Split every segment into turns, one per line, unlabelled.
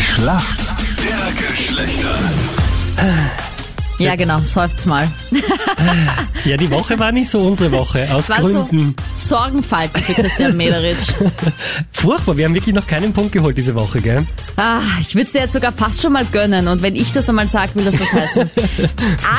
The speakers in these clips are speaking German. Schlacht der Geschlechter.
Ja, genau, seufzt mal.
Ja, die Woche war nicht so unsere Woche, aus
War so
Gründen.
Sorgenfalten für Christian Mederitsch.
Furchtbar, wir haben wirklich noch keinen Punkt geholt diese Woche, gell?
Ah, ich würde es dir jetzt sogar fast schon mal gönnen. Und wenn ich das einmal sage, will das was heißen.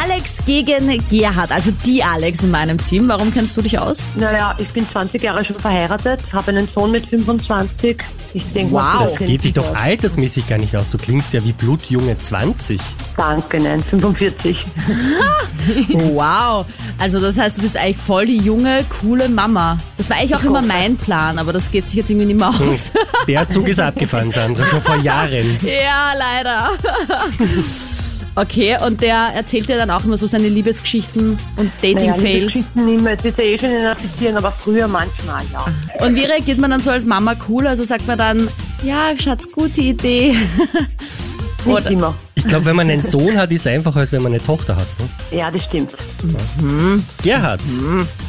Alex gegen Gerhard, also die Alex in meinem Team. Warum kennst du dich aus?
Naja, ich bin 20 Jahre schon verheiratet, habe einen Sohn mit 25. Ich denke,
Wow.
mal,
Das
Das geht sich doch altersmäßig gar nicht aus. Du klingst ja wie blutjunge 20.
Danke, nein, 45.
Oh, Wow. Also das heißt, du bist eigentlich voll die junge, coole Mama. Das war eigentlich auch immer mein Plan, aber das geht sich jetzt irgendwie nicht mehr aus.
Der Zug ist abgefahren, Sandra, schon vor Jahren.
Ja, leider. Okay, und der erzählt dir dann auch immer so seine Liebesgeschichten und
liebe
Dating-Fails.
Geschichten nicht mehr. Jetzt ist er eh schon in einer Beziehung, aber früher manchmal, ja.
Und wie reagiert man dann so als Mama cool? Also sagt man dann, ja, Schatz, gute Idee.
Nicht
Oder,
immer.
Ich glaube, wenn man einen Sohn hat, ist es einfacher, als wenn man eine Tochter hat. Ne?
Ja, das stimmt.
Gerhard,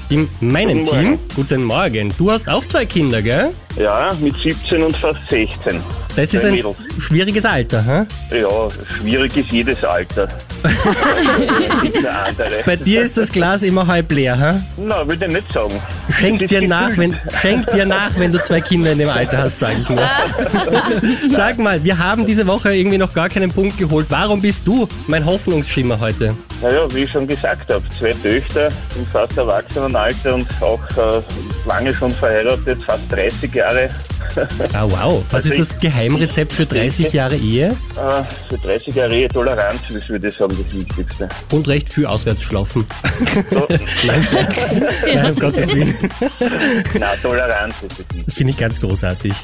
in meinem
Mhm. Guten
Team,
Morgen.
guten Morgen. Du hast auch zwei Kinder, gell?
Ja, mit 17 und fast 16.
Das ist
Zwei
ein
Mädels.
schwieriges Alter, hä?
Ja, schwierig ist jedes Alter. Eine andere.
Bei dir ist das Glas immer halb leer, hä?
Na, würde ich nicht sagen.
Schenk dir, nach, wenn, schenk dir nach, wenn du zwei Kinder in dem Alter hast, sage ich nur. Sag mal, wir haben diese Woche irgendwie noch gar keinen Punkt geholt. Warum bist du mein Hoffnungsschimmer heute?
Naja, wie ich schon gesagt habe, zwei Töchter im fast Erwachsenenalter und auch äh, lange schon verheiratet, fast 30 Jahre.
Ah, wow. Was ist das Geheimrezept für 30 Jahre Ehe?
Äh, für 30 Jahre Ehe Toleranz, das würde ich sagen, das Wichtigste.
Und recht viel auswärts schlafen.
So,
Nein, Scherz. Nein, um Gottes Willen.
na, Toleranz ist es nicht.
Finde ich ganz großartig.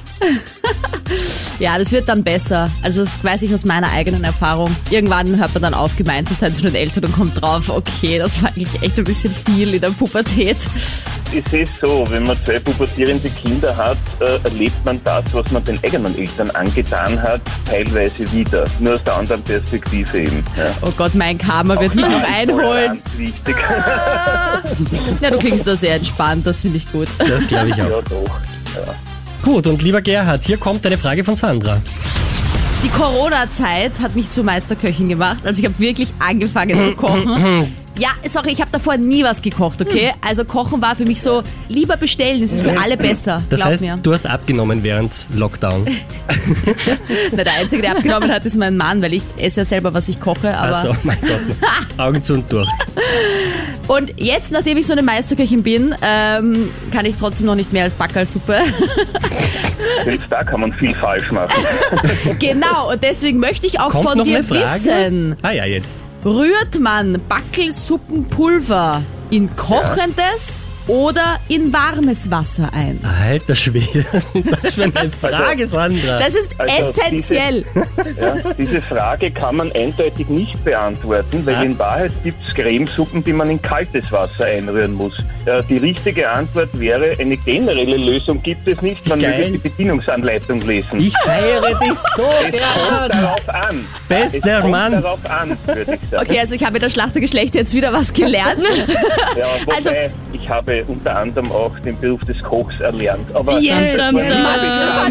ja, das wird dann besser. Also das weiß ich aus meiner eigenen Erfahrung. Irgendwann hört man dann auf, gemein zu sein zu den Eltern und kommt drauf, okay, das war eigentlich echt ein bisschen viel in der Pubertät.
Es ist so, wenn man zwei pubertierende Kinder hat, äh, erlebt man das, was man den eigenen Eltern angetan hat, teilweise wieder. Nur aus der anderen Perspektive eben. Ja.
Oh Gott, mein Karma
Oh
wird mich noch einholen.
Toleranz Wichtig.
Ja, du klingst da sehr entspannt, das finde ich gut.
Das glaube ich auch.
ja, doch. Ja.
Gut, und lieber Gerhard, hier kommt eine Frage von Sandra.
Die Corona-Zeit hat mich zur Meisterköchin gemacht. Also ich habe wirklich angefangen zu kochen. Ja, sorry, ich habe davor nie was gekocht, okay? Also kochen war für mich so, lieber bestellen, es ist für alle besser,
Das
glaub
heißt,
mir.
du hast abgenommen während Lockdown.
Na, der Einzige, der abgenommen hat, ist mein Mann, weil ich esse ja selber, was ich koche. Aber
Also, mein Gott. Augen zu und durch.
Und jetzt, nachdem ich so eine Meisterköchin bin, ähm, kann ich trotzdem noch nicht mehr als Backerlsuppe.
Selbst da kann man viel falsch machen.
genau, und deswegen möchte ich auch
Kommt
von
noch
dir
eine Frage?
wissen.
Ah ja, jetzt.
Rührt man Backelsuppenpulver in kochendes oder in warmes Wasser ein?
Alter Schwede, was ist Halt das für eine Frage, Sandra?
Das ist
Also,
essentiell.
Ja. Diese Frage kann man eindeutig nicht beantworten, weil
Ah.
in Wahrheit gibt es Cremesuppen, die man in kaltes Wasser einrühren muss. Äh, die richtige Antwort wäre, eine generelle Lösung gibt es nicht. Man
Geil.
möge die Bedienungsanleitung lesen.
ich feiere dich so,
kommt
Gerhard.
darauf an.
Bester
es kommt
Mann.
darauf an, würde ich sagen.
Okay, also ich habe in der Schlachtergeschlechter jetzt wieder was gelernt.
Ja, wobei, äh,
also-
ich habe unter anderem auch den Beruf des Kochs erlernt. Aber
Ja,
das, war
Verdammt!
nicht das, war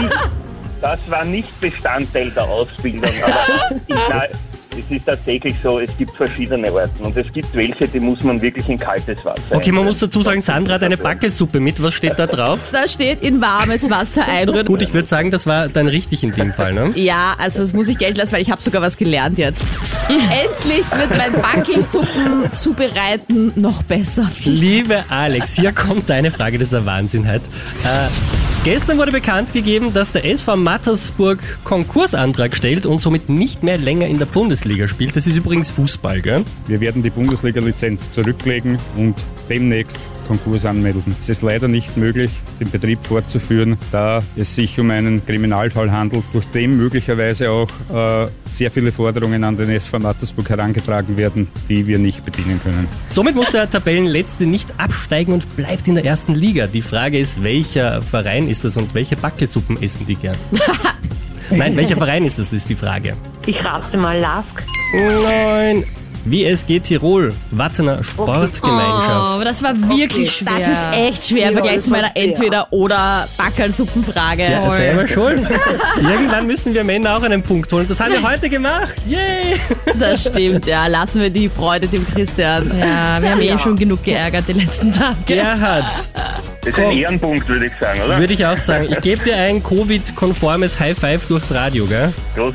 nicht, das war nicht Bestandteil der Ausbildung. Aber ich, sag, es ist tatsächlich so, es gibt verschiedene Arten. Und es gibt welche, die muss man wirklich in kaltes Wasser
Okay, man muss
einweihen.
dazu sagen, Sandra hat eine Backelsuppe mit. Was steht da drauf?
Da steht in warmes Wasser einrühren.
Gut, ich würde sagen, das war dann richtig in dem Fall, ne?
Ja, also das muss ich Geld lassen, weil ich habe sogar was gelernt jetzt. Endlich wird mein Backelsuppen zubereiten noch besser.
Liebe Alex, hier kommt deine Frage, das ist ein Wahnsinn halt. Äh, gestern wurde bekannt gegeben, dass der SV Mattersburg Konkursantrag stellt und somit nicht mehr länger in der Bundesliga spielt. Das ist übrigens Fußball, gell?
Wir werden die Bundesliga-Lizenz zurücklegen und demnächst Konkurs anmelden. Es ist leider nicht möglich, den Betrieb fortzuführen, da es sich um einen Kriminalfall handelt, durch den möglicherweise auch äh, sehr viele Forderungen an den SV Mattersburg herangetragen werden, die wir nicht bedienen können.
Somit muss der Tabellenletzte nicht absteigen und bleibt in der ersten Liga. Die Frage ist, welcher Verein ist das und welche Backelsuppen essen die gern? Nein, welcher Verein ist das, ist die Frage.
Ich rate mal Lask.
Nein, Wie es geht Tirol, Wattener Sportgemeinschaft.
Oh, aber das war wirklich
Das
schwer.
ist echt schwer im Vergleich zu meiner
Ja.
Entweder-oder-Backerlsuppenfrage.
Ja, selber schuld. Irgendwann müssen wir Männer auch einen Punkt holen. Das haben wir heute gemacht. Yay!
Das stimmt, ja. Lassen wir die Freude dem Christian.
Ja, wir haben eh schon genug geärgert die letzten Tage.
Gerhard,
Das ist ein Ehrenpunkt, würde ich sagen, oder?
würde ich auch sagen. Ich gebe dir ein Covid-konformes High Five durchs Radio, gell?
Groß